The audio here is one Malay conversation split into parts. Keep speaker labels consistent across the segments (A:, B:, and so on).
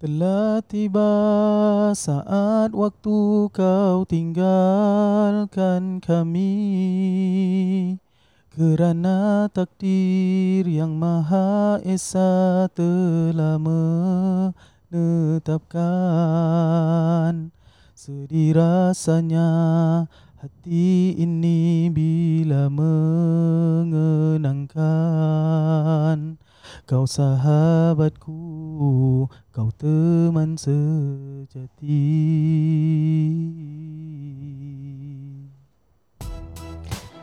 A: Telah tiba saat waktu kau tinggalkan kami Kerana takdir yang maha esa telah menetapkan Sedih rasanya hati ini bila mengenangkan Kau sahabatku, kau teman sejati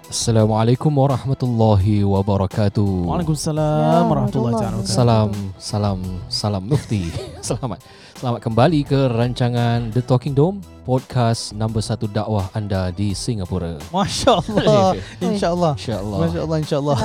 B: Assalamualaikum warahmatullahi wabarakatuh.
A: Waalaikumsalam warahmatullahi
C: warahmatullahi
A: taala
C: wabarakatuh.
B: Salam, salam, salam Mufti. Selamat. Selamat kembali ke rancangan The Talking Dome, podcast nombor satu dakwah anda di Singapura.
A: Masya-Allah. Insya-Allah.
B: InsyaAllah.
A: Masya-Allah insya-Allah.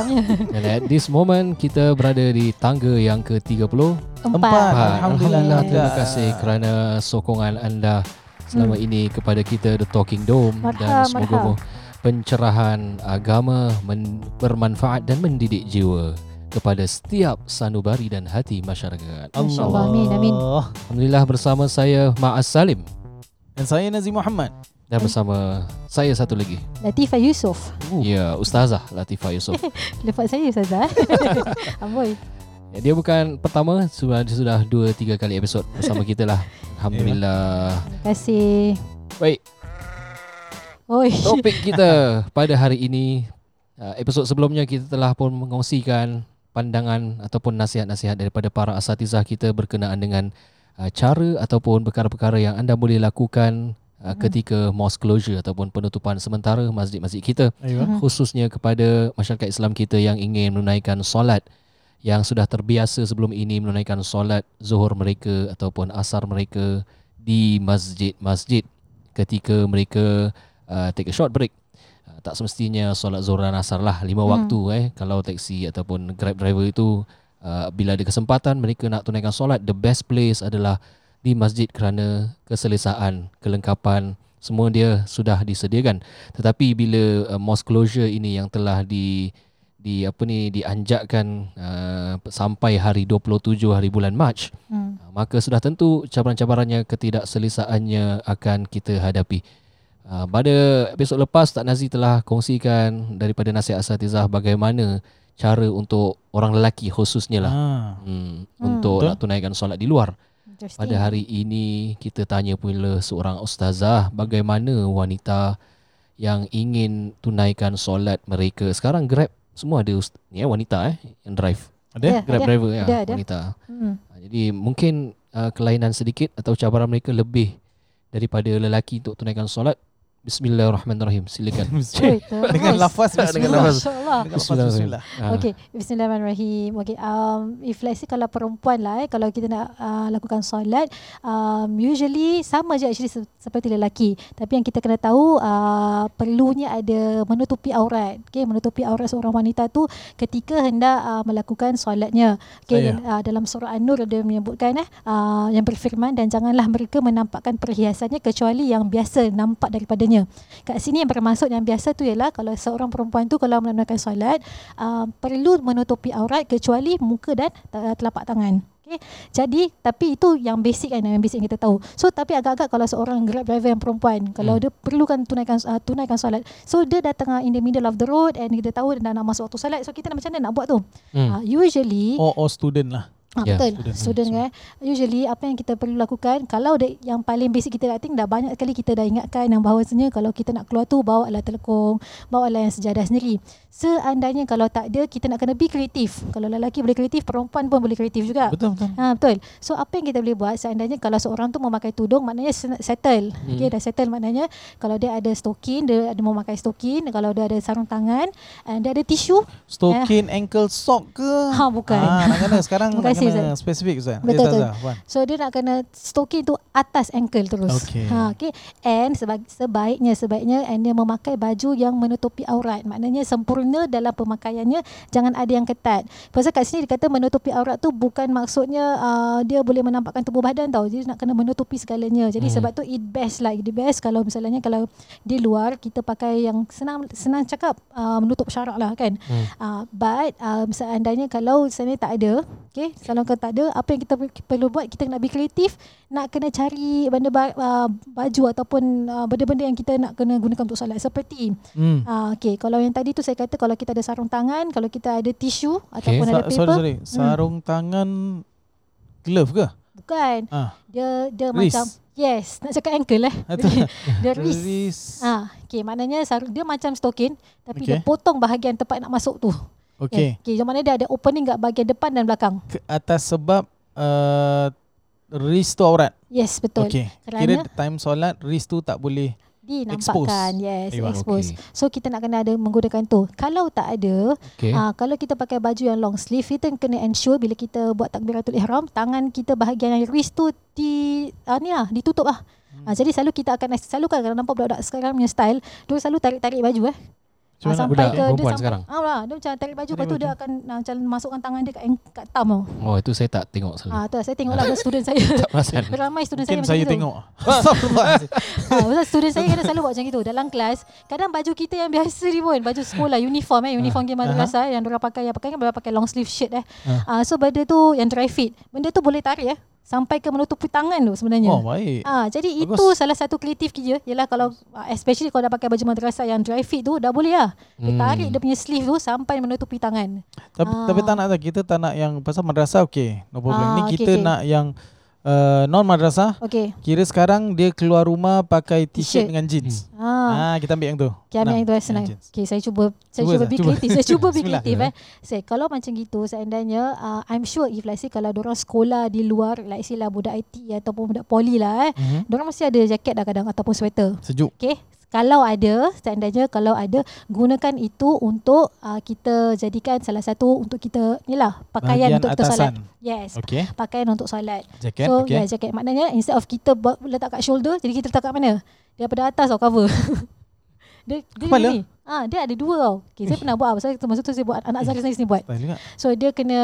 B: And at this moment, kita berada di tangga yang ke-30.
A: Empat. Alhamdulillah.
C: Empat.
B: Ah,
A: Hmm.
B: Alhamdulillah. Terima kasih kerana sokongan anda selama ini kepada kita The Talking Dome dan
C: Marhab,
B: semoga
C: marhab.
B: pencerahan agama men- bermanfaat dan mendidik jiwa kepada setiap sanubari dan hati masyarakat.
C: InsyaAllah. Amin, amin.
B: Alhamdulillah bersama saya Ma'az Salim
A: Dan saya Nazim Muhammad.
B: dan bersama saya satu lagi.
C: Latifah Yusof.
A: Oh.
B: Ya, Ustazah Latifah Yusof.
C: Lepas saya Ustazah. Amboi.
B: Ya, Dia bukan pertama sudah sudah 2 3 kali episod bersama kita lah.
A: Ya.
B: Alhamdulillah.
C: Terima kasih.
B: Baik,
C: Oi.
B: Topik kita pada hari ini uh, episod sebelumnya kita telah pun mengongsikan pandangan ataupun nasihat-nasihat daripada para asatizah kita berkenaan dengan uh, cara ataupun perkara-perkara yang anda boleh lakukan uh, ketika mosque closure ataupun penutupan sementara masjid-masjid kita
A: Ayo.
B: khususnya kepada masyarakat Islam kita yang ingin menunaikan solat yang sudah terbiasa sebelum ini menunaikan solat zuhur mereka ataupun asar mereka di masjid-masjid ketika mereka uh, take a short break. Uh, tak semestinya solat zuhur dan asar lah lima
C: Hmm.
B: waktu eh kalau taksi ataupun grab driver itu uh, bila ada kesempatan mereka nak tunaikan solat the best place adalah di masjid kerana keselesaan, kelengkapan semua dia sudah disediakan. Tetapi bila uh, mosque closure ini yang telah di di apa ni dianjakkan uh, sampai hari 27 hari bulan Mac
C: Hmm.
B: Uh, maka sudah tentu cabaran-cabarannya ketidakselisaannya akan kita hadapi. Uh, pada episod lepas Ustaz Nazi telah kongsikan daripada nasihat asatizah bagaimana cara untuk orang lelaki khususnya lah
A: Ah.
B: hmm, untuk
A: Betul.
B: nak tunaikan solat di luar.
C: Interesting.
B: Pada hari ini kita tanya pula seorang ustazah bagaimana wanita yang ingin tunaikan solat mereka. Sekarang Grab semua ada ust- ni eh, wanita eh yang drive.
A: Ada?
C: Ya,
B: Grab
C: ada.
B: driver ya,
C: ada, ada.
B: wanita.
C: Hmm.
B: Ha, Jadi mungkin uh, kelainan sedikit atau cabaran mereka lebih daripada lelaki untuk tunaikan solat. Bismillahirrahmanirrahim. Silakan.
A: Bismillah. Dengan lafaz
C: Dengan
A: bismillah.
C: lafaz. InsyaAllah.
A: Dengan lafaz bismillah.
B: Ah,
C: Okay, bismillahirrahmanirrahim. Okay, um, if let's say kalau perempuan lah eh, kalau kita nak uh, lakukan solat, um, usually sama je actually se- seperti lelaki. Tapi yang kita kena tahu uh, perlunya ada menutupi aurat. Okay, menutupi aurat seorang wanita tu ketika hendak uh, melakukan solatnya. Okay,
A: Saya.
C: dan, uh, dalam surah An-Nur dia menyebutkan eh, uh, yang berfirman dan janganlah mereka menampakkan perhiasannya kecuali yang biasa nampak daripadanya. Kat sini yang bermaksud yang biasa tu ialah kalau seorang perempuan tu kalau melakukan solat uh, perlu menutupi aurat kecuali muka dan uh, telapak tangan. Okay. Jadi tapi itu yang basic kan yang basic yang kita tahu. So tapi agak-agak kalau seorang grab driver yang perempuan kalau
B: Hmm.
C: dia perlukan tunaikan uh, tunaikan solat. So dia dah tengah in the middle of the road and dia tahu dah nak masuk waktu solat. So kita nak macam mana nak buat tu?
B: hmm.
C: Uh, usually
A: Or, or student lah.
C: Ah,
B: Ya,
C: betul.
A: student.
C: Student, kan. Usually apa yang kita perlu lakukan kalau dia, yang paling basic kita I think dah banyak kali kita dah ingatkan yang bahawasanya kalau kita nak keluar tu bawa lah telekung, bawa lah yang sejadah sendiri. Seandainya kalau tak ada kita nak kena be kreatif. Kalau lelaki boleh kreatif, perempuan pun boleh kreatif juga.
A: Betul betul.
C: Ha, betul. So apa yang kita boleh buat seandainya kalau seorang tu memakai tudung maknanya sen-
B: Hmm.
C: settle. Hmm. Okay, dah settle maknanya kalau dia ada stokin, dia ada memakai stokin, kalau dia ada sarung tangan, and dia ada tisu,
A: Stokin, ankle, sock ke?
C: ha bukan.
A: Ah, nak kena sekarang
C: Terima
A: nak
C: kasih,
A: kena spesifik Ustaz.
C: Betul,
A: Eh,
C: betul.
A: Ustazah, Wan.
C: So dia nak kena stoking tu atas ankle terus.
A: Okey.
C: Ha okey. And sebaik, sebaiknya sebaiknya and dia memakai baju yang menutupi aurat. Maknanya sempurna dalam pemakaiannya, jangan ada yang ketat. Pasal kat sini dia kata menutupi aurat tu bukan maksudnya uh, dia boleh menampakkan tubuh badan tau. Jadi nak kena menutupi segalanya. Jadi
B: Hmm.
C: sebab tu it best lah. It best kalau misalnya kalau di luar kita pakai yang senang senang cakap uh, menutup syarak lah kan.
B: Hmm.
C: Uh, but um, seandainya kalau seandainya tak ada, okay, Kalau kau tak ada, apa yang kita per- perlu buat? Kita nak be kreatif, nak kena cari benda ba- uh, baju ataupun uh, benda-benda yang kita nak kena gunakan untuk solat. Seperti
A: Hmm.
C: Ah, okay. Kalau yang tadi tu saya kata kalau kita ada sarung tangan, kalau kita ada tisu ataupun Kan ada
A: Sa-
C: paper, Hmm.
A: sorry sorry. Sarung tangan glove ke?
C: bukan.
A: Ah.
C: Dia dia
A: Wrist.
C: macam yes, nak cakap ankle lah.
A: Itu.
C: dia wrist.
A: Wrist.
C: Ah, okay. Maknanya sarung dia macam stokin tapi
A: Okey.
C: okay. dia potong bahagian tempat nak masuk tu.
A: Okey.
C: Okay. Yang mana dia ada opening kat bahagian depan dan belakang.
A: Ke atas sebab uh, wrist tu aurat.
C: Yes, betul.
A: Okey. Kira
C: Kerana-
A: time solat wrist tu tak boleh.
C: Dinampakkan. Yes,
A: Ayuh,
B: okey.
C: expose. So kita nak kena ada menggunakan tu. Kalau tak ada,
B: Okay.
C: Ah, kalau kita pakai baju yang long sleeve, kita kena ensure bila kita buat takbiratul ihram, tangan kita bahagian yang wrist tu di ah, ni lah, ditutup lah.
A: Hmm.
C: Ah, jadi selalu kita akan selalu kan kalau nampak budak-budak sekarang punya style, dia selalu tarik-tarik baju eh.
A: Macam mana?
B: Budak
C: dia
B: perempuan
C: sampai-
B: sekarang?
C: Ah, lah, dia macam tarik baju,
A: Tarik
C: lepas tu dia
A: baju.
C: akan ah, macam masukkan tangan dia kat, yang- kat thumb tau.
B: Oh itu saya tak tengok selalu.
C: Ah, tu lah, saya tengok lah student saya.
B: tak perasan.
C: Ramai student
A: Hmm. Mungkin saya
C: saya macam tu.
A: tengok. Astagfirullahalazim.
C: Ha, pasal student saya kadang selalu buat macam itu dalam kelas. Kadang baju kita yang biasa ni pun, baju sekolah, uniform eh, uniform
A: Ah,
C: game madrasah eh, yang diorang pakai, yang pakai kan diorang pakai long sleeve shirt eh. Ah, so benda tu yang dry fit. Benda tu boleh tarik eh sampai ke menutupi tangan tu sebenarnya.
A: oh baik.
C: Ah, jadi
A: Bagus.
C: itu salah satu kreatif kerja ialah kalau ah, especially kalau dah pakai baju madrasah yang dry fit tu dah boleh lah. Dia
B: Hmm.
C: tarik dia punya sleeve tu sampai menutupi tangan.
A: Tapi,
C: Ah.
A: tapi tak nak tak kita tak nak yang pasal madrasah okey. No problem.
C: Ah,
A: Ni
C: okey,
A: kita
C: okey.
A: nak yang uh, non madrasah.
C: Okey.
A: Kira sekarang dia keluar rumah pakai t-shirt
C: T-shirt.
A: dengan jeans.
C: Ah.
A: Ah, kita ambil yang tu.
C: Okay, ambil
A: Senang.
C: yang tu eh, senang.
A: jeans.
C: Okay, saya cuba saya
A: Cuba
C: cuba,
A: sah,
C: be
A: cuba.
C: kreatif. Saya cuba be
A: Bismillah.
C: kreatif eh. Saya kalau macam gitu seandainya uh, I'm sure if like say kalau orang sekolah di luar like say lah budak IT ataupun budak poli lah eh,
A: Mhm.
C: orang mesti ada jaket dah kadang ataupun sweater.
A: Sejuk.
C: Okay. Kalau ada, seandainya kalau ada, gunakan itu untuk uh, kita jadikan salah satu untuk kita, ni lah,
A: Bahagian
C: pakaian untuk kita solat.
A: atasan.
C: Yes, okay.
A: Okey.
C: pakaian untuk solat.
A: Jaket.
C: so,
A: okey.
C: yeah, jaket. Maknanya, instead of kita buat, letak kat shoulder, jadi kita letak kat mana? Daripada atas tau, cover. dia, dia
A: Kepala?
C: ni. Ah, dia ada dua tau. Okay, saya pernah buat, pasal masa tu saya buat, anak Zahra sendiri buat.
A: Style juga.
C: So dia kena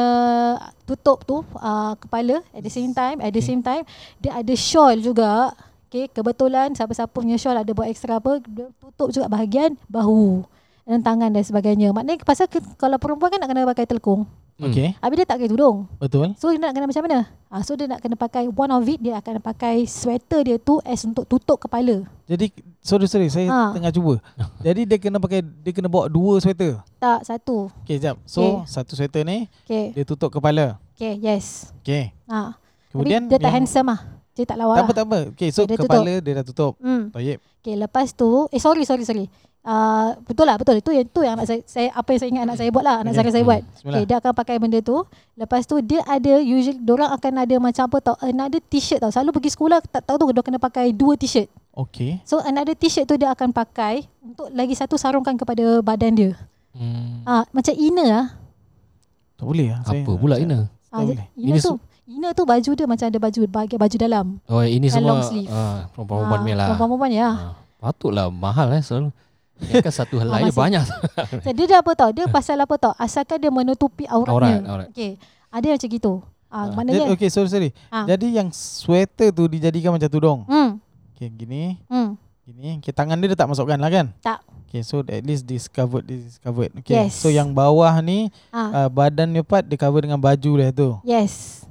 C: tutup tu uh, kepala at the same time at the same time dia ada shawl juga. Okay, kebetulan siapa-siapa punya shawl ada buat extra apa dia tutup juga bahagian bahu dan tangan dan sebagainya. Maknanya pasal ke, kalau perempuan kan nak kena pakai telekung.
B: Hmm.
A: Okey.
C: Habis dia tak pakai tudung.
A: Betul.
C: So dia nak kena macam mana? Ha, so dia nak kena pakai one of it dia akan pakai sweater dia tu as untuk tutup kepala.
A: Jadi sorry sorry saya
C: Ah.
A: tengah cuba.
B: Ha.
A: Jadi dia kena pakai dia kena bawa dua sweater.
C: Tak satu.
A: Okey, jap. So satu sweater ni
C: Okay.
A: dia tutup kepala.
C: Okay, yes.
A: Okey.
C: Ha.
A: Kemudian
C: Kemudian dia tak
A: yang-
C: handsome ah. Dia tak lawa.
A: Tak apa
C: lah.
A: tak apa. Okey, so
C: Dia tutup.
A: kepala dia dah tutup.
C: Hmm.
A: Toyib.
C: Okay, lepas tu, eh sorry sorry sorry. Uh, betul lah betul itu yang tu yang anak saya, saya apa yang saya ingat anak saya buat lah anak
A: Okay.
C: saya saya
B: Hmm.
C: buat.
A: Bismillah.
C: Okay, dia akan pakai benda tu. Lepas tu dia ada usually orang akan ada macam apa tau another t-shirt tau. Selalu pergi sekolah tak tahu tu dia kena pakai dua t-shirt.
A: Okey.
C: So another t-shirt tu dia akan pakai untuk lagi satu sarungkan kepada badan dia.
B: Hmm.
C: Ah macam inner ah.
A: Tak boleh ah. saya-
B: Apa pula
A: saya-
B: Ina?
A: Tak
C: Ah,
A: boleh.
B: Ini
C: inner tu. Inner tu baju dia macam ada baju bahagian baju dalam.
B: Oh ini
C: Yang long
B: semua
C: sleeve.
B: ah, perempuan-perempuan
C: Ah,
B: punya lah.
C: Perempuan-perempuan ya.
B: Ah, Patutlah mahal eh selalu. Kan satu helai dia
C: Ah, masih-
B: banyak.
C: So, dia dah apa tau? Dia pasal apa tau? Asalkan dia menutupi auratnya.
B: Aurat, aurat.
C: Okey. Ada yang macam gitu. Ah,
B: Ah.
A: Jadi,
C: maknanya
A: Okey, sorry sorry.
C: Ah.
A: Jadi yang sweater tu dijadikan macam tudung.
C: hmm.
A: Okey, gini.
C: Hmm.
A: Gini, okay, tangan dia, dia tak masukkan lah kan?
C: Tak.
A: Okay, so at least discovered, this is covered. Okay,
C: Yes.
A: so yang bawah ni, uh,
C: Ah.
A: badan dia part, dia cover dengan baju dia tu.
C: Yes.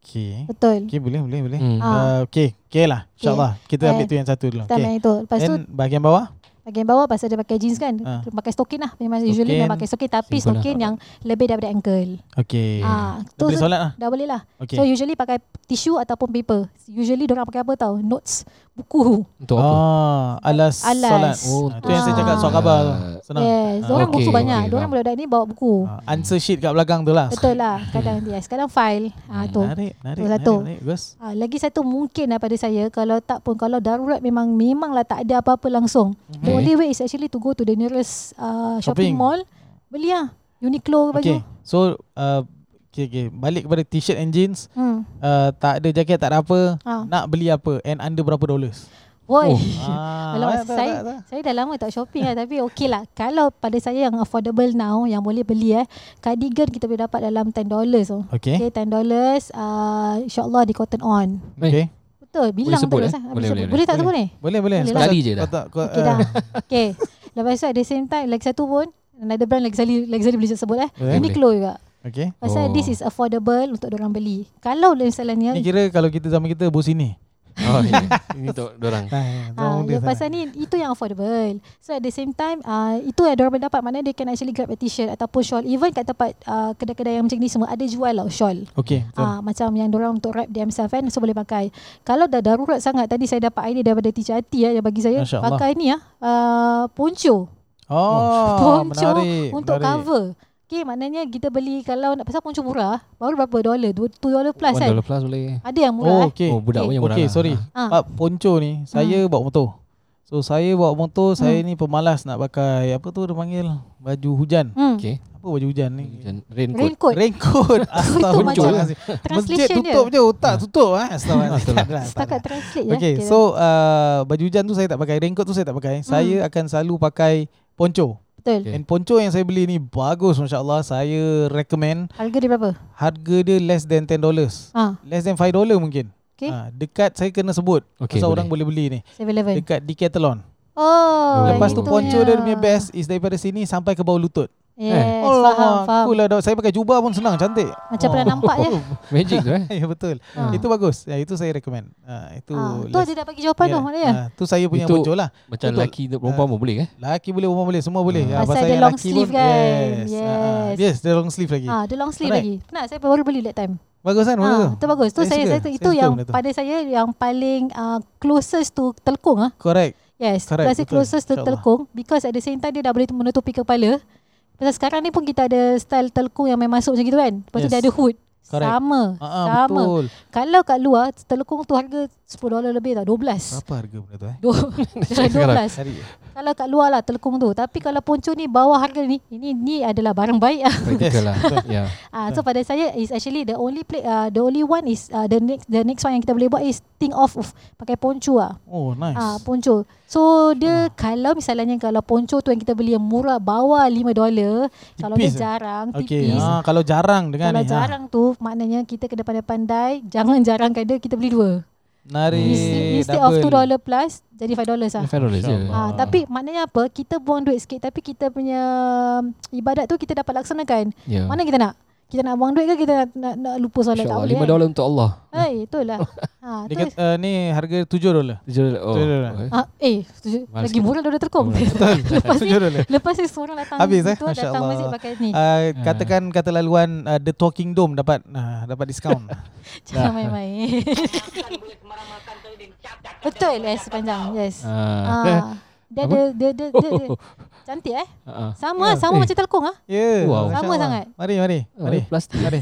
A: Okay.
C: Betul.
A: Okay, boleh, boleh, boleh.
B: Hmm.
C: Ah.
A: Uh, okay, okay lah. InsyaAllah. Kita
C: Eh,
A: ambil tu yang satu dulu.
C: Kita
A: Okay.
C: main itu. Lepas tu
A: Then bahagian bawah?
C: bahagian bawah pasal dia pakai jeans kan.
A: Ah.
C: Dia Pakai stokin lah. Memang usually
A: Stokin.
C: memang pakai stokin tapi
B: Simple lah.
C: stokin yang lebih daripada ankle.
A: Okay.
C: Ah,
A: Dia
C: tu
A: boleh
C: se-
A: solat lah.
C: Dah boleh lah.
A: Okay.
C: So usually pakai tisu ataupun paper. Usually orang pakai apa tau? Notes, buku.
B: Untuk apa?
A: Ah, alas,
C: Alas. Eh.
A: solat.
B: Oh,
A: Ah, tu yang saya
C: ah.
A: cakap soal khabar tu. Senang.
C: Yes.
A: Ah,
C: Orang
B: okay,
C: buku banyak.
B: okay,
C: Orang
B: faham.
C: budak ni bawa buku.
A: Ah, answer sheet kat belakang tu lah.
C: Betul lah. Kadang yes. Kadang file. Ah tu.
A: Menarik, menarik,
C: Tu
A: menarik,
C: satu.
A: menarik. Gus.
C: Ah, lagi satu mungkin lah pada saya kalau tak pun kalau darurat memang memanglah tak ada apa-apa langsung. Okay. The
B: Okay.
C: only way is actually to go to the nearest
A: Mhm.
C: uh,
A: Shopping.
C: shopping, mall. Beli lah. Uniqlo ke baju.
A: Okay, so uh, okay, okay. balik kepada t-shirt and jeans.
C: Hmm.
A: uh, tak ada jaket tak ada apa
C: Ah.
A: nak beli apa and under berapa dollars
C: Woi.
B: Oh.
A: ah
C: Alamak,
A: tak, tak,
C: saya-
A: tak, tak.
C: Saya dah lama tak shopping lah tapi okey lah. Kalau pada saya yang affordable now yang boleh beli eh cardigan kita boleh dapat dalam oh. $10 tu.
A: okey
C: Okay, $10 uh, insyaAllah di Cotton On.
B: Eh.
A: okey
C: Betul, bilang
B: sebut,
C: terus
B: eh?
C: lah.
B: Boleh,
C: Habis
B: boleh,
C: sebut. boleh tak sebut ni?
A: boleh boleh
C: Boleh
A: Sebab
B: lah. Sekali
A: kau
B: je dah.
A: tak- kau,
C: Okay
A: uh,
C: dah. Okay. Lepas tu at the same time, lagi satu pun, another brand lagi sekali, lagi sekali boleh sebut eh.
A: Boleh.
C: Uniqlo juga.
A: Okey.
B: Oh.
C: Pasal oh. this is affordable untuk orang beli. Kalau misalnya
A: Ni kira kalau kita zaman kita bos ini.
B: Oh, ini, ini untuk dorang.
A: Ha,
C: Ah, ya, pasal ni itu yang affordable. So at the same time uh, itu yang orang dapat mana they can actually grab a t-shirt ataupun shawl. Even kat tempat uh, kedai-kedai yang macam ni semua ada jual lah shawl.
A: Okey. betul.
C: Ah, macam yang orang untuk wrap themselves kan so boleh pakai. Kalau dah darurat sangat tadi saya dapat idea daripada teacher Ati ya yang bagi saya
A: Masya Allah.
C: pakai ni ah uh, poncho.
A: Oh,
C: poncho
A: menarik.
C: untuk
A: menarik.
C: cover. Okay, maknanya kita beli kalau nak pasal poncho murah, ah, baru berapa dolar? 2 dollar
B: One
C: plus kan?
B: dollar plus boleh.
C: Ada yang
A: Oh,
C: murah eh.
A: okey.
B: Oh, budak
C: Okey.
B: punya murah.
A: Okey,
B: lah.
A: sorry.
C: Ah. Hmm.
A: Pak Ponco ni, saya bawa motor. So saya bawa motor, saya ni pemalas nak pakai apa tu dia panggil baju hujan.
C: Hmm.
B: Okay.
A: Apa baju hujan ni?
B: Hujan, raincoat.
C: Raincoat.
A: Raincoat. Astagfirullahalazim. Masjid
C: Translation dia.
A: tutup je, otak tutup ah. Astagfirullahalazim. Tak ada lah, tak ada.
C: Setakat ya, translate je.
A: Okey, so uh, baju hujan tu saya tak pakai, raincoat tu saya tak pakai. Saya
C: Hmm.
A: akan selalu pakai ponco.
C: betul.
B: Okay.
A: And ponco yang saya beli ni bagus masya-Allah. Saya recommend
C: Harga dia berapa?
A: harga dia less than $10.
C: Ah,
A: Less than $5 mungkin.
C: Okay.
A: Ah, dekat saya kena sebut.
B: Okay,
A: Okay, pasal
B: boleh.
A: orang boleh beli ni.
C: 7-Eleven.
A: Dekat Decathlon.
C: Oh,
B: Oh,
A: Lepas tu
B: gitu
A: ponco dia punya best Eh, is daripada sini sampai ke bawah lutut.
C: Yes,
A: Allah,
C: faham, faham.
A: cool lah. dok. Saya pakai jubah pun senang, cantik. Oh.
C: Macam pernah nampak je.
B: Magic tu eh.
A: ya betul.
C: Ah.
A: Itu bagus. Ya, itu saya recommend. Ah, itu
C: Ah, tu
A: less-
C: dia dah bagi jawapan tu maknanya.
A: Ah, tu saya punya
B: Itu-
A: ponco lah.
B: Macam
A: Betul.
B: lelaki dan perempuan pun boleh eh.
A: Laki boleh, perempuan boleh, semua boleh. Ah,
C: Pasal dia
A: yang
C: long
A: laki
C: sleeve kan.
A: Yes. Ah, ah.
C: Yes.
A: yes, dia long sleeve lagi.
C: Ah, dia long sleeve
A: Correct.
C: lagi. Pernah saya baru beli that time.
A: Bagus kan? Bagus
C: Ah,
A: tu.
C: tu bagus. Tu
A: Saya
C: saya,
A: suka.
C: saya,
A: Saya
C: itu
A: suka
C: yang
A: benda tu.
C: pada saya yang paling uh, closest to telkung ah.
A: Correct. Correct,
C: Yes, Correct, rasa
A: betul.
C: closest to
A: InsyaAllah.
C: telkung because at the same time dia dah boleh menutupi kepala. Pasal sekarang ni pun kita ada style telkung yang main masuk macam gitu kan. Lepas tu
A: Yes.
C: dia ada hood.
A: Correct.
C: Sama,
A: Ah, ah,
C: sama.
A: betul.
C: Kalau kat luar telkung tu harga 10 dolar lebih tau, 12.
A: Berapa harga benda tu eh?
C: Dua,
B: Sekarang.
C: 12.
A: Hari.
C: Kalau kat luar lah telekung tu Tapi kalau ponco ni bawah harga ni Ini ni adalah barang baik lah
B: Practical lah. Ya.
C: uh, So pada saya is actually the only play, uh, The only one is uh, the next the next one yang kita boleh buat is Think of, of pakai ponco lah
A: Oh, nice.
C: Ah, ponco. So
A: Ah.
C: dia kalau misalnya kalau ponco tu yang kita beli yang murah bawah 5 dolar, kalau dia
A: Tipis eh?
C: jarang,
A: Okey.
C: tipis.
A: Ah, kalau jarang dengan
C: Kalau
A: ni. ah.
C: jarang tu maknanya kita kena pandai-pandai, jangan jarangkan dia kita beli dua.
A: Nari
B: Eh,
C: Instead, instead of 2 dollar plus jadi 5 dollars lah.
B: Fair ya. dollars je.
C: Ah, tapi maknanya apa? Kita buang duit sikit tapi kita punya mm, ibadat tu kita dapat laksanakan.
B: Ya.
C: Mana kita nak? Kita nak buang duit ke kita nak, nak, nak lupa solat tak
B: InsyaAllah.
C: boleh.
B: Lima
C: kan?
B: dolar untuk Allah.
C: Hai, itulah. ha, tu.
A: Dekat, uh, ni harga 7 dolar.
B: Tujuh dolar. Oh.
A: Tujuh dolar.
B: okay.
C: Ah, eh, tu-
B: Mahal
C: lagi
B: sikit.
C: murah daripada Telkom. lepas ni,
A: 7 dolar.
C: lepas ni seorang datang
A: Habis, eh?
C: tu,
A: Masya
C: datang
A: Allah.
C: masjid pakai ni.
B: Ah,
A: Uh, katakan kata laluan uh, The Talking Dome dapat uh, dapat diskaun.
C: Jangan main-main. Betul eh sepanjang. Yes.
B: Ah.
C: Ah. Dia
B: Apa?
C: dia dia dia, dia, dia. cantik eh.
B: Ah.
C: Sama yeah. sama
B: Eh.
C: macam telkong ah.
A: Ya.
B: Wow.
A: Masya
C: Sama
A: Allah.
C: sangat.
A: Mari mari.
B: Oh,
A: Mari.
B: ada plastik.
A: Mari.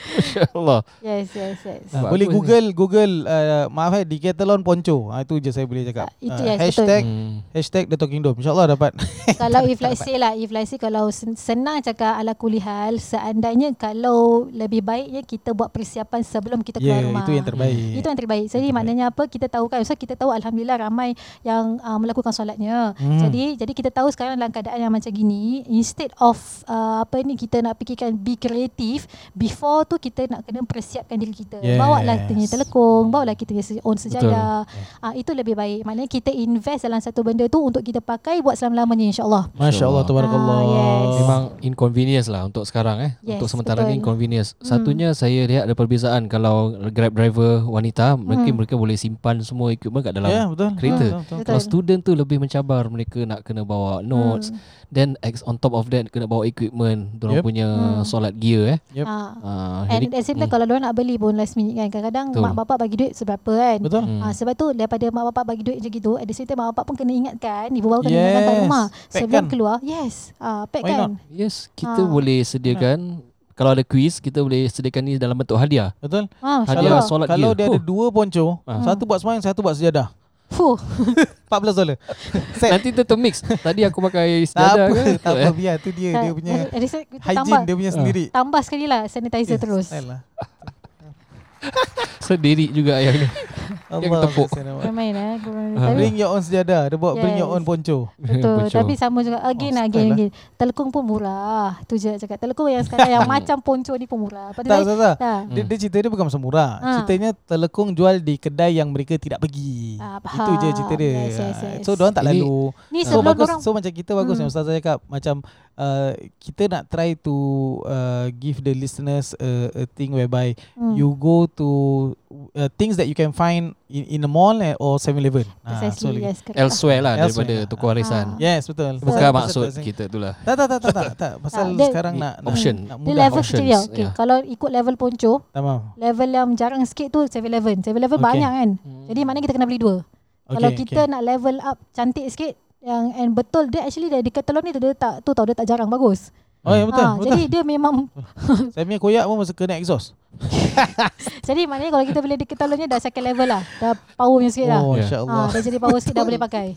B: InsyaAllah.
C: Yes, yes, yes.
A: Ah,
B: Bagus
A: boleh
B: ni.
A: Google Google uh, maaf eh Decathlon Ponco. Ah, itu je saya boleh cakap.
C: Ah,
A: Ah,
C: itu yes, betul.
A: hashtag
B: Hmm.
A: hashtag The Talking Dome. Insyaallah dapat.
C: kalau if like say lah if like say kalau sen- senang cakap ala kulihal seandainya kalau lebih baiknya kita buat persiapan sebelum
A: ya,
C: kita keluar
A: yeah,
C: rumah
A: itu yang terbaik.
C: itu yang terbaik. Jadi maknanya apa? Kita tahu kan. So kita tahu alhamdulillah ramai yang uh, melakukan solatnya.
A: Hmm.
C: Jadi jadi kita tahu sekarang dalam keadaan yang macam gini, instead of uh, apa ni kita nak fikirkan be creative, before tu kita nak kena persiapkan diri kita.
A: Yes.
C: Bawa lah kita punya telekung, bawa lah kita punya se- own sejadah. Uh, itu lebih baik. Maknanya kita invest dalam satu benda tu untuk kita pakai buat selama-lamanya insya-Allah.
A: Masya-Allah
B: Ah,
A: tabarakallah.
C: yes.
B: Memang inconvenience lah untuk sekarang eh.
C: Yes,
B: untuk sementara ni
C: betul. Hmm.
B: inconvenience. Satunya saya lihat ada perbezaan kalau Grab driver wanita, mungkin mereka boleh simpan semua equipment kat dalam
A: Ya, betul.
B: lah. kereta.
A: Betul, betul.
C: Hmm. Betul. Hmm.
B: Kalau student tu lebih mencabar mereka nak kena bawa notes then ex on top of that kena bawa equipment dorang
A: Yep.
B: punya solat gear eh.
A: Yep. Hmm.
C: Ah.
B: Ah,
C: Hmm. And
B: jadi
C: at the same time kalau diorang nak beli pun last minute kan Kadang-kadang
B: Betul.
C: mak bapak bagi duit seberapa kan
A: Betul.
C: Hmm. Ha, sebab tu daripada mak bapak bagi duit macam gitu, ada cerita mak bapak pun kena ingatkan, ibu bapa kena ingatkan kat
A: Yes.
C: rumah.
A: Pack
C: Sebelum
A: kan?
C: keluar, yes, ha, pack
A: Why
C: kan.
B: yes kita
C: Ah.
B: boleh
A: Hmm.
B: sediakan kalau ada quiz kita boleh sediakan ni dalam bentuk hadiah.
A: Betul.
C: Ha, Masya
B: Hadiah
A: Kalau
C: Allah.
B: solat
A: kalau
B: dia.
A: dia ada
B: Huh. Ah.
A: dua ponco, satu buat semayang, satu buat sejadah.
C: Fuh,
A: 14 dolar. Set.
B: Nanti tu termix. Tadi aku pakai
A: tak
B: sejadah
A: apa,
B: ke? Ah.
A: tak apa biar tu dia dia
C: Tak,
A: punya
C: ada- ada saya- kita
A: hygiene
C: tambah,
A: dia punya sendiri.
C: tambah sekali lah sanitizer
A: Yes,
C: terus.
A: style lah.
B: Sendiri juga yang ni. Dia
A: Allah
B: ketepuk.
A: Allah.
C: Main-main eh. korang-
B: Ah,
C: Tapi
A: Bring your own sejadah. Dia buat bring your
C: Yes.
A: own ponco.
C: Betul.
B: Bocor.
C: Tapi sama juga again
A: Oh,
C: oh, again
A: style,
C: again. Telekung pun murah. Tu je nak cakap. Telekung yang sekarang yang macam ponco ni pun murah. Lepas tu
A: Tak,
C: saya-
A: tak, tak.
C: tak.
A: Dia, dia cerita dia bukan pasal murah.
C: Hmm. Ah.
A: Ceritanya telekung jual di kedai yang mereka tidak pergi.
C: Ah,
A: Itu je cerita dia.
C: faham. Yes, yes,
A: Ah,
C: yes.
A: So diorang tak
B: Ini-
A: lalu.
C: Ni
A: So
C: sebelum
A: bagus
C: orang
A: so macam kita bagus
C: Hmm.
A: yang ustaz saya cakap macam uh, kita nak try to uh, give the listeners a, a thing whereby
C: Hmm.
A: you go to uh, things that you can find in, in a mall eh, or 7-Eleven. Ah,
C: precisely
A: lagi-
C: yes. correct.
B: Elsewhere lah
A: Elsewhere
B: daripada
A: lah.
B: toko warisan.
C: Ah.
A: Yes, betul. Hmm.
B: Bukan
A: Pasal-
B: maksud
A: pasal-
B: kita tu lah.
A: Tak tak tak tak tak, tak. pasal
C: dia-
A: sekarang
B: Ni
A: nak nak-
B: option.
A: nak
C: Dia
A: mudah.
C: level kecil dia.
B: options,
C: Okay.
B: ya.
C: Kalau ikut level ponco,
A: Tamam.
C: level yang jarang sikit tu 7-Eleven. 7-Eleven
A: Okay. Hmm.
C: banyak kan. Jadi maknanya kita kena beli dua. Okay, Kalau kita
A: okay.
C: nak level up cantik sikit yang and betul dia actually dia Decathlon ni dia tak tu tau dia tak jarang bagus.
A: Oh ya betul.
C: Ah,
A: betul.
C: Jadi dia memang
A: Saya punya koyak pun masa kena exhaust.
C: jadi maknanya kalau kita beli Decathlon ni dah second level lah. Dah power punya sikit lah.
A: Oh
B: Ya.
A: insya-Allah.
C: Ah, dah jadi power sikit dah boleh pakai.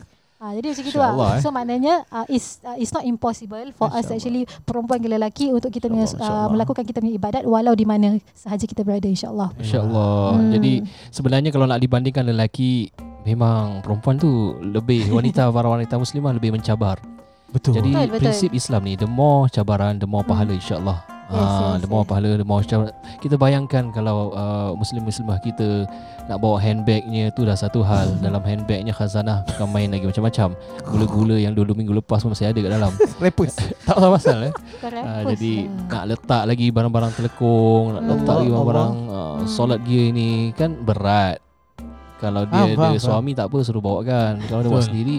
C: Ah, jadi macam gitu
B: InsyaAllah, eh.
C: lah. So maknanya uh, it's, uh, it's not impossible for us
A: InsyaAllah.
C: actually perempuan ke lelaki untuk kita punya,
A: InsyaAllah,
C: uh,
A: insyaAllah.
C: melakukan kita punya ibadat walau di mana sahaja kita berada insyaAllah.
B: InsyaAllah
C: Hmm.
B: hmm. Jadi sebenarnya kalau nak dibandingkan lelaki Memang perempuan tu lebih wanita para wanita muslimah lebih mencabar.
A: Betul.
B: Jadi
C: Betul, betul.
B: prinsip Islam ni the more cabaran the more pahala insyaallah.
C: Yes,
B: Ah,
C: yes,
B: the more
C: yes.
B: pahala the more cabaran. Kita bayangkan kalau uh, muslim muslimah kita nak bawa handbagnya tu dah satu
C: Hmm.
B: hal. Dalam handbagnya khazanah bukan main lagi macam-macam. Gula-gula yang dulu minggu lepas pun masih ada kat dalam.
A: repus.
B: tak tahu pasal eh.
C: Correct.
B: Ah,
C: Of course.
B: jadi
C: Ah.
B: nak letak lagi barang-barang telekung, nak
C: Hmm.
B: letak lagi
A: Allah,
B: barang-barang uh, solat gear ni kan berat. Kalau dia
A: Faham,
B: ada
A: faham, faham.
B: suami tak apa suruh bawakan. Kalau dia buat
A: Betul.
B: sendiri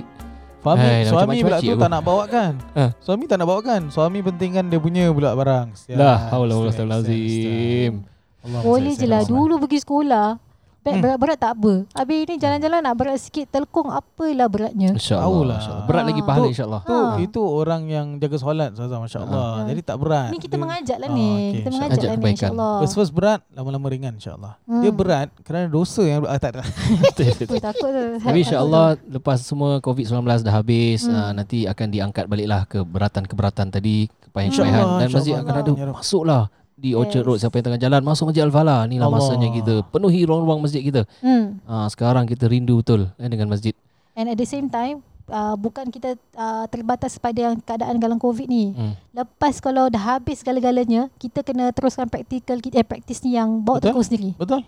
A: Fahmi,
B: Hai, dah
A: suami
B: macam
A: pula
B: makcik
A: tu
B: aku.
A: tak nak bawa kan?
B: Ah.
A: Suami tak nak bawa kan? Suami pentingkan dia punya pula barang. Sial,
B: lah haula wala
A: sial,
B: quwwata illa
A: sial, sial.
B: lazim.
A: Allah
C: Boleh
A: sial,
C: je
A: sial,
C: lah.
A: Allah.
C: Dulu pergi sekolah,
A: Hmm.
C: beg berat-berat tak apa. Habis ni jalan-jalan nak berat sikit, telkung apalah beratnya.
A: Tahu
B: Eh, Insya-Allah.
A: lah.
B: insya-Allah. Berat lagi pahala
A: Tu-
B: insya-Allah.
A: Tu
C: Ah.
A: itu orang yang jaga solat Ustazah masya-Allah.
C: Ah.
A: Jadi tak berat.
C: Ni kita
A: Dia-
C: mengajak lah
A: Ah,
C: ni.
A: okey,
C: Kita
A: insyaAllah.
C: mengajak
B: Ajak
C: lah ni
B: kebaikan.
C: insyaAllah.
A: First-first berat, lama-lama ringan insya-Allah.
C: Hmm.
A: Oh, Dia berat kerana dosa yang ah, tak tak.
C: Ui, takut tu.
B: Tapi insya-Allah lepas semua COVID-19 dah habis,
C: Hmm.
B: ah, nanti akan diangkat baliklah keberatan-keberatan tadi, kepayahan-kepayahan
A: InsyaAllah,
B: dan masjid
A: insyaAllah.
B: akan ada
A: Ya Rabb.
B: masuklah di Orchard
C: Yes.
B: Road siapa yang tengah jalan masuk Masjid Al-Falah inilah
A: Allah.
B: masanya kita penuhi ruang-ruang masjid kita.
C: Hmm.
B: Ah sekarang kita rindu betul eh, dengan masjid.
C: And at the same time, Uh, bukan kita uh, terbatas pada yang keadaan dalam COVID ni.
B: Hmm.
C: Lepas kalau dah habis segala-galanya, kita kena teruskan praktikal kita eh praktis ni yang bawa
A: Betul.
C: telekung sendiri.
A: Betul?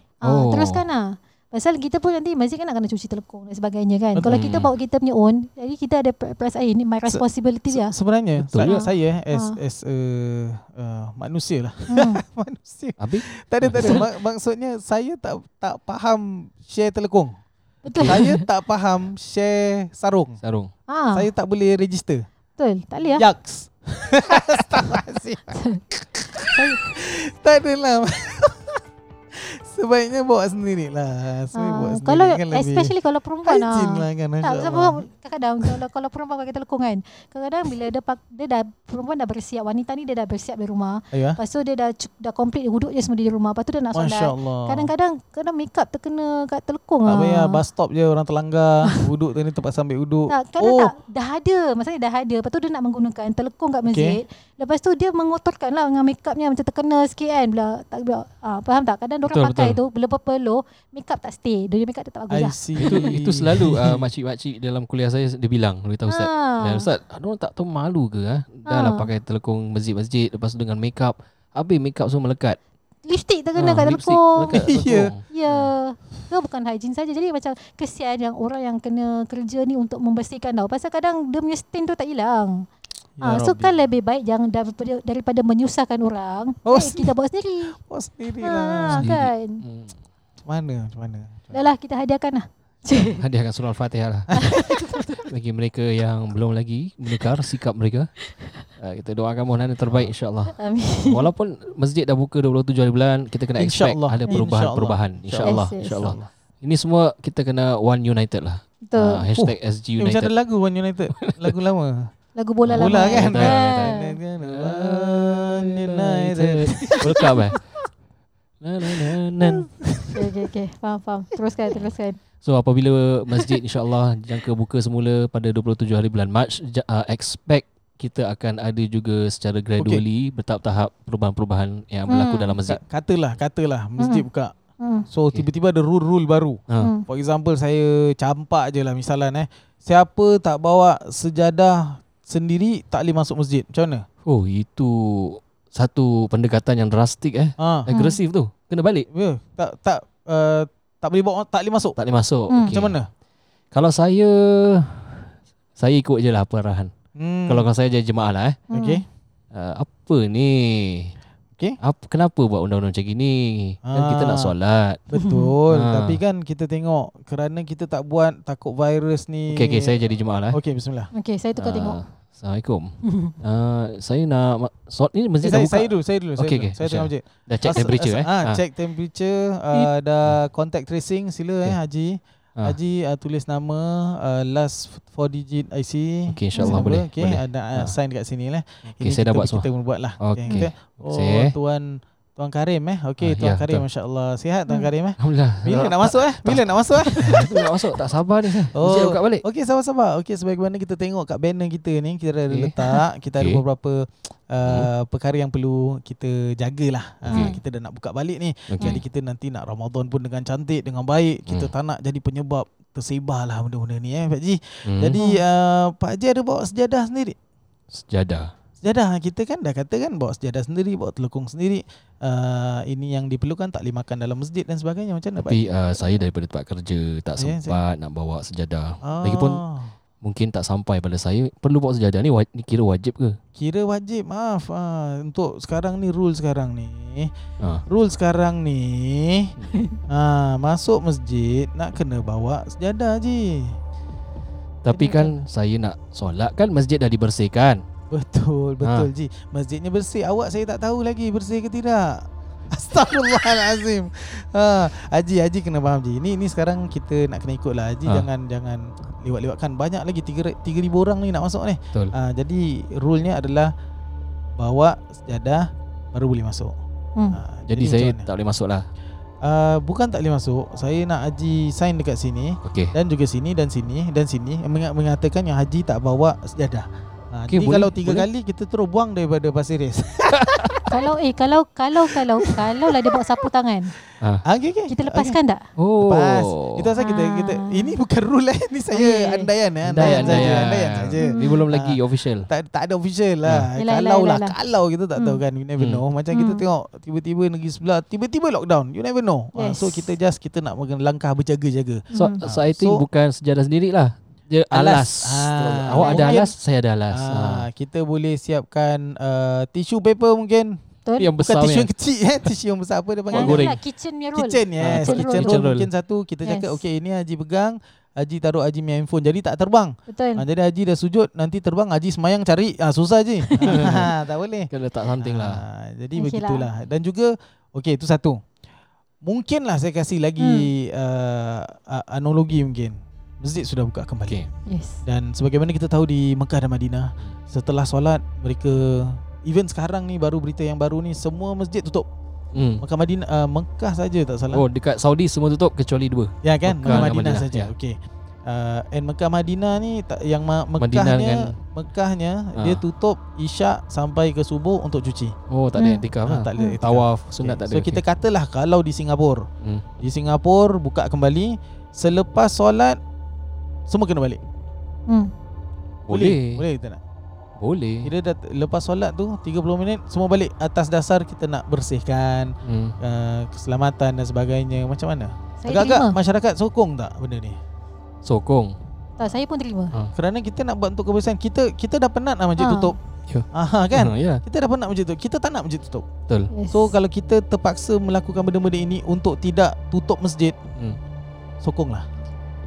B: Oh.
C: Oh. teruskan lah. Pasal kita pun nanti masih kan nak kena cuci telekung dan sebagainya kan.
A: Betul.
C: Kalau kita bawa kita punya own, jadi kita ada per- perasaan ini my
A: Se-
C: responsibility
A: Se-
C: dia.
A: Sebenarnya
B: Betul.
A: saya
C: Ah.
A: saya as
C: Ah.
A: as a uh, manusia lah.
C: Hmm.
A: manusia.
B: Habis
A: Tak ada tak ada. Mak- Maksudnya saya tak tak faham share telekung.
C: Betul.
A: Saya tak faham share sarung.
B: sarung.
C: Ha,
A: Saya Ya, tak boleh register.
C: betul. Tak boleh lah.
A: Yaks. Astaghfirullahalazim. tak adalah. Sebaiknya bawa sendiri lah. Sebaiknya
C: Ah,
A: bawa sendiri
C: kalau
A: kan lebih.
C: especially kalau perempuan ah.
A: Hygiene lah kan.
C: Tak,
A: masya
C: sebab
A: Allah.
C: kadang-kadang kalau, kalau perempuan pakai telekung kan Kadang-kadang bila dia, pak, dia dah Perempuan dah bersiap Wanita ni dia dah bersiap dari rumah
A: Ayo, ah.
C: Lepas tu dia dah cu- dah complete Wuduk je semua di rumah Lepas tu dia nak
A: Masya
C: solat
A: Allah.
C: Kadang-kadang Kadang makeup terkena kat telekung
A: tak
C: ah.
A: payah bus stop je orang terlanggar Uduk tadi terpaksa ambil uduk
C: Tak, kadang oh. tak dah ada. Maksudnya dah ada. Lepas tu dia nak menggunakan telekung kat masjid. Okay. Lepas tu dia mengotorkan lah dengan makeupnya macam terkena sikit kan. Bila tak bila, ah, faham tak? Kadang orang
B: Betul,
C: pakai
B: betul.
C: betul. tu bila berpeluh, makeup tak stay. Dia punya makeup dia tak bagus
A: I
C: lah.
A: see
B: Itu itu selalu uh, makcik-makcik dalam kuliah saya dia bilang, dia tahu ustaz.
C: Ah.
B: Dan ustaz, orang tak tahu malu ke ah? Dah lah
C: Ah.
B: pakai telekung masjid-masjid lepas tu dengan make up. Habis make up semua melekat.
C: Lipstick terkena
B: Ah,
C: kat
B: lipstick
C: telekung.
B: melekat kat
A: Ya.
B: telekung.
C: Ya. Itu bukan hygiene saja. Jadi macam kesian yang orang yang kena kerja ni untuk membersihkan tau. Pasal kadang dia punya stain tu tak hilang.
A: Ya
C: ah, so
A: Rabbi.
C: kan lebih baik jangan daripada, daripada menyusahkan orang.
A: Oh,
C: Oh, eh, kita buat sendiri.
A: Oh sendiri
C: Ha,
A: lah
B: Sendiri.
C: kan.
B: Hmm.
A: Macam mana Macam mana
C: Dah lah kita hadiahkan lah.
B: Hadiahkan surah Al-Fatihah lah Bagi mereka yang belum lagi Menukar sikap mereka uh, Kita doakan mohon yang terbaik insyaAllah
C: Amin.
B: Walaupun masjid dah buka 27 hari bulan Kita kena expect
A: InsyaAllah.
B: ada perubahan-perubahan InsyaAllah
C: Yes, yes.
B: InsyaAllah Ini semua kita kena one united lah
C: Betul.
B: Ah, Hashtag SG
A: Eh, macam
B: United
A: ada lagu One United Lagu lama
C: Oh, Lagu bola,
A: Bola
C: lama.
A: kan?
C: Ha.
A: One United
B: World Cup eh Na, na, na, na.
C: Okay, okay, okay. Faham, faham. Teruskan, teruskan.
B: So apabila masjid insyaAllah jangka buka semula pada 27 hari bulan Mac ja- uh, Expect kita akan ada juga secara gradually bertahap-tahap perubahan-perubahan yang berlaku
C: Hmm.
B: dalam masjid
A: Ka- Katalah Katalah Masjid buka
C: Hmm.
A: So
B: Okay.
A: okay. tiba-tiba ada rule-rule baru.
B: Ha.
C: Hmm.
A: For example saya campak je lah misalan eh. Siapa tak bawa sejadah sendiri tak boleh masuk masjid. Macam mana?
B: Oh, itu satu pendekatan yang drastik eh.
A: Ha.
B: Agresif tu. Kena balik.
A: Ya, tak tak uh, tak boleh bawa tak boleh masuk.
B: Tak boleh masuk.
C: Hmm.
B: Okey.
A: Macam mana?
B: Kalau saya saya ikut je lah apa arahan.
A: Hmm.
B: Hmm. Kalau kalau saya jadi jemaah lah eh.
C: Hmm.
A: okey.
B: Uh, apa ni?
A: Okey.
B: Apa, kenapa buat undang-undang macam gini? Kan kita
A: Ah.
B: nak solat.
A: Betul,
B: Ha.
A: tapi kan kita tengok kerana kita tak buat takut virus ni.
B: Okey okey saya jadi jemaah lah. Eh.
A: Okey, bismillah.
C: Okey, saya tukar
B: Ah,
C: tengok.
B: Assalamualaikum. uh, saya nak ma- solat ni
A: Eh,
B: masjid dah
A: saya,
B: buka.
A: saya dulu, saya dulu, saya
B: Okey,
A: dulu.
B: okey,
A: Saya tengah
B: insyaAllah.
A: masjid.
B: Dah check
A: As-
B: temperature
A: as-
B: eh.
A: Ah,
B: Ah,
A: check temperature, uh, ada contact tracing sila eh
B: Okey.
A: Haji.
B: Ah.
A: Haji uh, tulis nama, uh, last f- four digit IC.
B: Okey, insyaAllah
A: Nombor,
B: boleh,
A: Okey,
B: boleh.
A: ada uh,
B: Ah.
A: sign dekat sini lah.
B: Okey, saya
A: kita-
B: dah buat semua.
A: Kita pun buat lah.
B: Okey.
A: kita- Oh,
B: Saya.
A: tuan tuan Karim eh. Okey,
B: Ah,
A: tuan
B: ya,
A: Karim
B: betul.
A: masya-Allah. Sihat tuan
C: Hmm.
A: Karim eh.
B: Alhamdulillah.
A: Bila nak masuk eh? Bila nak masuk eh?
B: nak masuk tak sabar ni saya.
A: Oh.
B: Masjid dah buka balik.
A: Okey, sabar-sabar. Okey, sebagaimana kita tengok kat banner kita ni, kita ada
B: Okey.
A: letak, kita ada
B: Okey. Hmm.
A: beberapa uh, perkara yang perlu kita jagalah. Ah,
B: Okey.
A: kita dah nak buka balik ni.
B: Okey.
A: Jadi kita nanti nak Ramadan pun dengan cantik, dengan baik. Kita
B: Hmm.
A: tak nak jadi penyebab tersebarlah benda-benda ni eh, Pak Ji.
B: Hmm.
A: Jadi uh, Pak Ji ada bawa sejadah sendiri.
B: sejadah.
A: Sejadah kita kan dah kata kan bawa sejadah sendiri, bawa telekung sendiri. Uh, ini yang diperlukan tak boleh makan dalam masjid dan sebagainya macam mana Pak Ji?
B: Tapi uh, saya daripada tempat kerja tak
A: Ya, saya-
B: sempat nak bawa sejadah.
A: Ah,
B: Lagipun mungkin tak sampai pada saya perlu bawa sejadah ni, wa- ni kira wajib ke?
A: kira wajib maaf ah untuk sekarang ni rule sekarang ni
B: Ha.
A: rule sekarang ni ah masuk masjid nak kena bawa sejadah je
B: Tapi
A: Jadi
B: kan saya nak solat kan masjid dah dibersihkan.
A: betul betul ji masjidnya bersih awak saya tak tahu lagi bersih ke tidak Astagfirullahalazim. Ha, Haji Haji kena faham Haji. Ini ni sekarang kita nak kena ikut lah Haji
B: Ha.
A: jangan jangan lewat-lewatkan. Banyak lagi 3 3000 orang ni nak masuk ni.
B: Betul.
A: Ha, jadi rule-nya adalah bawa sejadah baru boleh masuk.
C: Hmm.
A: Ha,
B: Jadi saya
A: macam mana?
B: tak boleh masuk lah.
A: Uh, bukan tak boleh masuk. Saya nak haji sign dekat sini
B: Okey.
A: dan juga sini dan sini dan sini Yang menga- mengatakan yang haji tak bawa sejadah. Ha,
B: Okey,
A: jadi
B: boleh,
A: kalau tiga
B: boleh.
A: kali kita terus buang daripada Pasir Ris.
C: Kalau eh kalau kalau kalau kalau lah dia bawa sapu tangan,
A: Ah, okey okey.
C: kita lepaskan tak?
B: Oh.
A: Lepas. Kita rasa kita, kita
C: Ah.
A: ini bukan rule eh. Ini saya
C: Okey.
A: andaian eh. Andaian,
B: Andaian,
A: saja,
B: andaian.
A: andaian saja. Ah.
C: Hmm.
B: Ni ah. belum lagi official.
A: Tak, tak ada official lah.
C: Yelah, yelah,
A: kalau lah,
C: yelah.
A: kalau kita tak tahu
C: Hmm.
A: kan, you never
B: Hmm.
A: know. Macam kita
C: Hmm.
A: tengok tiba-tiba negeri sebelah, tiba-tiba lockdown, you never know. Ah,
C: Yes.
A: so kita just kita nak makan langkah berjaga-jaga.
B: So,
C: Hmm.
B: so I think
A: So-
B: bukan sejadah sendiri lah. Dia
A: Alas.
B: alas. alas.
A: Ah.
B: Awak ada
A: Mungkin-
B: alas, saya ada alas.
A: Ah,
B: Ah.
A: kita boleh siapkan uh, tisu paper mungkin.
C: Betul.
B: Yang
A: Bukan
B: besar
A: tisu
B: punya.
A: yang kecil eh, tisu yang besar apa dia
C: Yang
A: panggil?
B: Buat goreng.
C: adalah kitchen punya roll.
A: Kitchen yes,
B: Ah,
A: kitchen,
C: kitchen
A: roll.
B: roll.
A: mungkin satu kita
C: Yes.
A: cakap okey ini Haji pegang, Haji taruh Haji punya handphone jadi tak terbang.
C: Betul.
A: Ha, jadi Haji dah sujud nanti terbang Haji semayang cari ah susah je. ha, tak boleh.
B: Kena letak something lah.
A: Ah, jadi
C: Okey
A: begitulah. Dan juga okey itu satu. Mungkinlah saya kasih lagi uh, a- analogi mungkin. Masjid sudah buka kembali.
B: Okey.
C: Yes.
A: Dan sebagaimana kita tahu di Mekah dan Madinah Setelah solat mereka Even sekarang ni baru berita yang baru ni Semua masjid tutup
B: Hmm.
A: Mekah Madinah uh, Mekah saja tak salah
B: Oh, dekat Saudi semua tutup kecuali dua.
A: Ya kan Mekah,
B: Mekah dan
A: Madinah,
B: Madinah,
A: saja
B: ya.
A: Okey uh, And Mekah Madinah ni tak, Yang ma-
B: Madinah
A: Mekahnya
B: dengan-
A: Mekahnya
B: Ah.
A: Dia tutup Isyak sampai ke subuh untuk cuci
B: Oh, tak ada
C: Hmm.
B: etikaf
A: Ah,
B: lah.
A: tak ada
C: Hmm.
A: etikaf.
B: Tawaf, sunat tak ada.
A: so kita katalah kalau di Singapura
B: Hmm.
A: Di Singapura buka kembali Selepas solat Semua kena balik
C: Hmm.
B: Boleh.
A: Boleh kita nak
B: Boleh.
A: Kira dah, lepas solat tu 30 minit semua balik atas dasar kita nak bersihkan
B: Hmm.
A: uh, keselamatan dan sebagainya macam mana?
C: Saya
A: Agak-agak
C: terima.
A: masyarakat sokong tak benda ni?
B: Sokong.
C: Tak, saya pun terima.
A: Kerana kita nak buat untuk kebersihan kita kita dah penat lah masjid
C: Ah.
A: tutup.
B: Ya.
A: Aha kan?
B: Ha, ya,
A: Kita dah penat masjid tutup. Kita tak nak masjid tutup.
B: betul.
C: Yes.
A: So kalau kita terpaksa melakukan benda-benda ini untuk tidak tutup masjid,
B: Hmm.
A: sokonglah.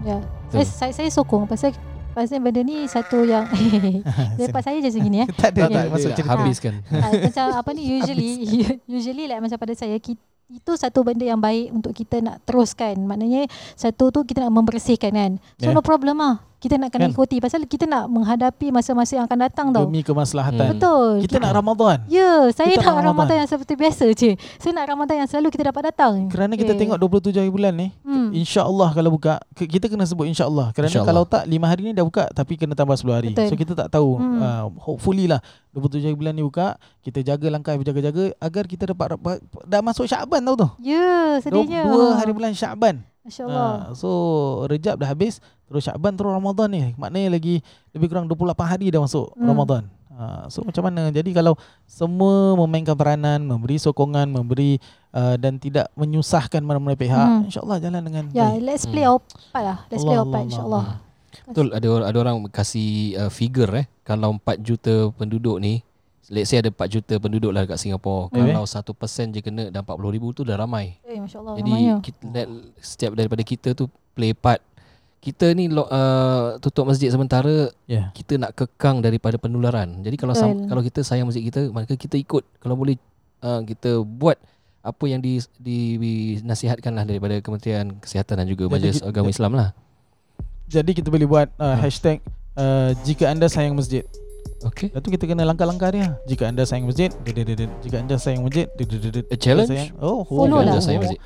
C: ya. Saya, saya saya sokong pasal pasal benda ni satu yang lepas saya je segini eh.
A: tak ada
C: Tak,
A: tak,
C: tak,
A: masuk
B: Dia
A: cerita.
B: Habiskan.
A: Kan?
C: Ah, macam apa ni usually usually like macam pada saya ki- itu satu benda yang baik untuk kita nak teruskan. Maknanya satu tu kita nak membersihkan kan. So
A: Ya.
C: no problem lah. Kita nak kena
A: Kan?
C: ikuti pasal kita nak menghadapi masa-masa yang akan datang tau.
A: Demi kemaslahatan.
C: Betul.
A: Kita nak Ramadan.
C: Ya, saya
A: Kita nak
C: nak Ramadan.
A: Ramadan
C: yang seperti biasa je. Saya nak Ramadan yang selalu kita dapat datang. Eh.
A: Kerana kita
C: Okay.
A: tengok 27 hari bulan ni,
C: hmm. Mm-mm.
A: InsyaAllah kalau buka ke- Kita kena sebut insyaAllah Kerana
B: InsyaAllah.
A: insya kalau tak 5 hari ni dah buka Tapi kena tambah 10 hari
C: Betul.
A: So kita tak tahu
C: Hmm.
A: uh, Hopefully lah 27 hari bulan ni buka Kita jaga langkah berjaga-jaga Agar kita dapat, dapat Dah masuk Syakban tau tu
C: Ya,
A: Dua,
C: sedihnya.
A: dua hari bulan Syakban
C: Masya-Allah.
A: Ah, So Rejab dah habis Terus Syakban terus Ramadan ni Maknanya lagi Lebih kurang 28 hari dah masuk
C: Hmm.
A: Ramadan Ah, So macam mana Jadi kalau Semua memainkan peranan Memberi sokongan Memberi uh, Dan tidak menyusahkan Mana-mana pihak
C: Hmm.
A: InsyaAllah jalan dengan
C: Ya,
A: baik
C: let's play
B: Hmm.
C: our part lah. Let's
A: Allah,
C: play our part
A: Allah,
C: insya-Allah.
B: Betul ada or- ada orang kasi uh, figure eh kalau 4 juta penduduk ni let's say ada 4 juta penduduk lah dekat Singapura
A: Okay.
B: kalau 1% je kena dan 40 ribu tu dah ramai.
C: Eh, masya-Allah
B: Jadi
C: ramainya.
B: kita, let, setiap daripada kita tu play part kita ni lo, uh, tutup masjid sementara
A: yeah.
C: ya.
B: kita nak kekang daripada penularan. Jadi kalau sam,
C: Betul.
B: kalau kita sayang masjid kita, maka kita ikut. Kalau boleh uh, kita buat apa yang di, di, dinasihatkanlah daripada Kementerian Kesihatan dan juga
A: Jadi
B: Majlis
A: ki-
B: Agama Islam lah.
A: Jadi kita boleh buat uh,
B: Hmm.
A: hashtag uh, jika anda sayang masjid.
B: Okay.
A: Lepas tu kita kena langkah-langkah dia. Jika anda sayang masjid, dedededed. jika anda sayang masjid, dedededed.
B: A challenge?
A: Sayang- Oh, oh,
B: Jika
C: Follow lah.
B: anda sayang masjid.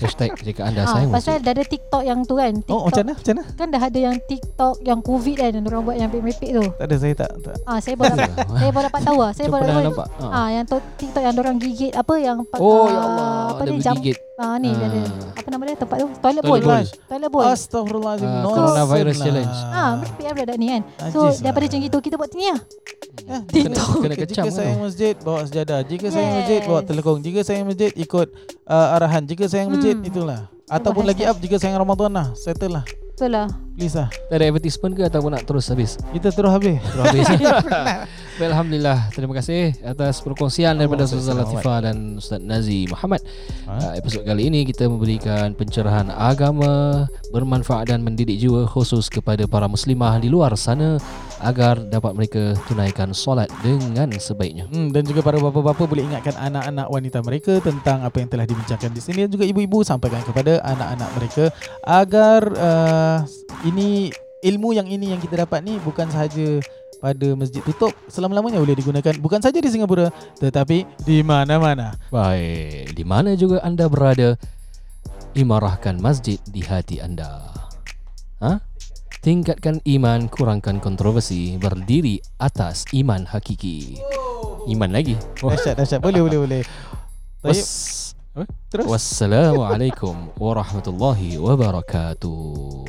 B: Hashtag jika anda
C: Ah,
B: sayang
C: pasal
B: masjid.
C: dah ada TikTok yang tu kan. TikTok
A: Oh, macam mana? Macam mana?
C: kan dah ada yang TikTok yang COVID kan yang orang buat yang merepek tu.
A: Tak ada saya tak. tak.
C: Ah, saya baru dapat, saya baru dapat tahu lah. Saya
B: Saya
C: baru
B: pernah
C: dapat
B: nampak. Ha.
C: Ah, yang tu TikTok yang orang gigit apa yang pak-
B: Oh,
C: ah,
B: ya Allah.
C: apa
B: Dah
C: ni jam
B: bergigit.
C: ah ni dia ada.
B: Ah.
C: Apa nama dia tempat tu? Toilet
B: Toilet
C: bowl.
A: bowl.
C: Toilet bowl.
A: Astaghfirullahalazim.
B: Ah,
A: nonsense
B: coronavirus
A: lah.
B: challenge.
C: Ah, merepek lah budak ni kan. So
A: Najis lah.
C: daripada macam gitu kita buat ni lah.
A: Eh,
B: Kena, kena
A: Jika-
B: kecam
A: Jika sayang
B: kan.
A: masjid Bawa sejadah Jika sayang masjid Bawa
C: Yes.
A: telekong Jika sayang masjid Ikut uh, arahan Jika sayang masjid
C: Hmm.
A: Itulah Ataupun lagi up
C: hashtag.
A: Jika sayang Ramadan lah Settle lah
C: Betul lah.
A: Please lah
B: Tak ada advertisement ke ataupun nak terus habis?
A: Kita terus habis
B: Terus habis. Well, Alhamdulillah. Terima kasih atas perkongsian daripada
A: Allah
B: Ustazah
A: Subhanahu wa
B: Latifah dan Ustaz Nazi Muhammad.
A: Ha?
B: Ha? Episod kali ini kita memberikan pencerahan agama bermanfaat dan mendidik jiwa khusus kepada para muslimah di luar sana agar dapat mereka tunaikan solat dengan sebaiknya.
A: Hmm, dan juga para bapa-bapa boleh ingatkan anak-anak wanita mereka tentang apa yang telah dibincangkan di sini dan juga ibu-ibu sampaikan kepada anak-anak mereka agar uh, ini ilmu yang ini yang kita dapat ni bukan sahaja pada masjid tutup selama-lamanya boleh digunakan bukan saja di Singapura tetapi di mana-mana.
B: Baik, di mana juga anda berada, imarahkan masjid di hati anda. Ha? Tingkatkan iman, kurangkan kontroversi, berdiri atas iman hakiki. Iman lagi. Wah.
A: Dahsyat dahsyat boleh boleh boleh. Taib
B: Was-
A: terus.
B: Wassalamualaikum warahmatullahi wabarakatuh.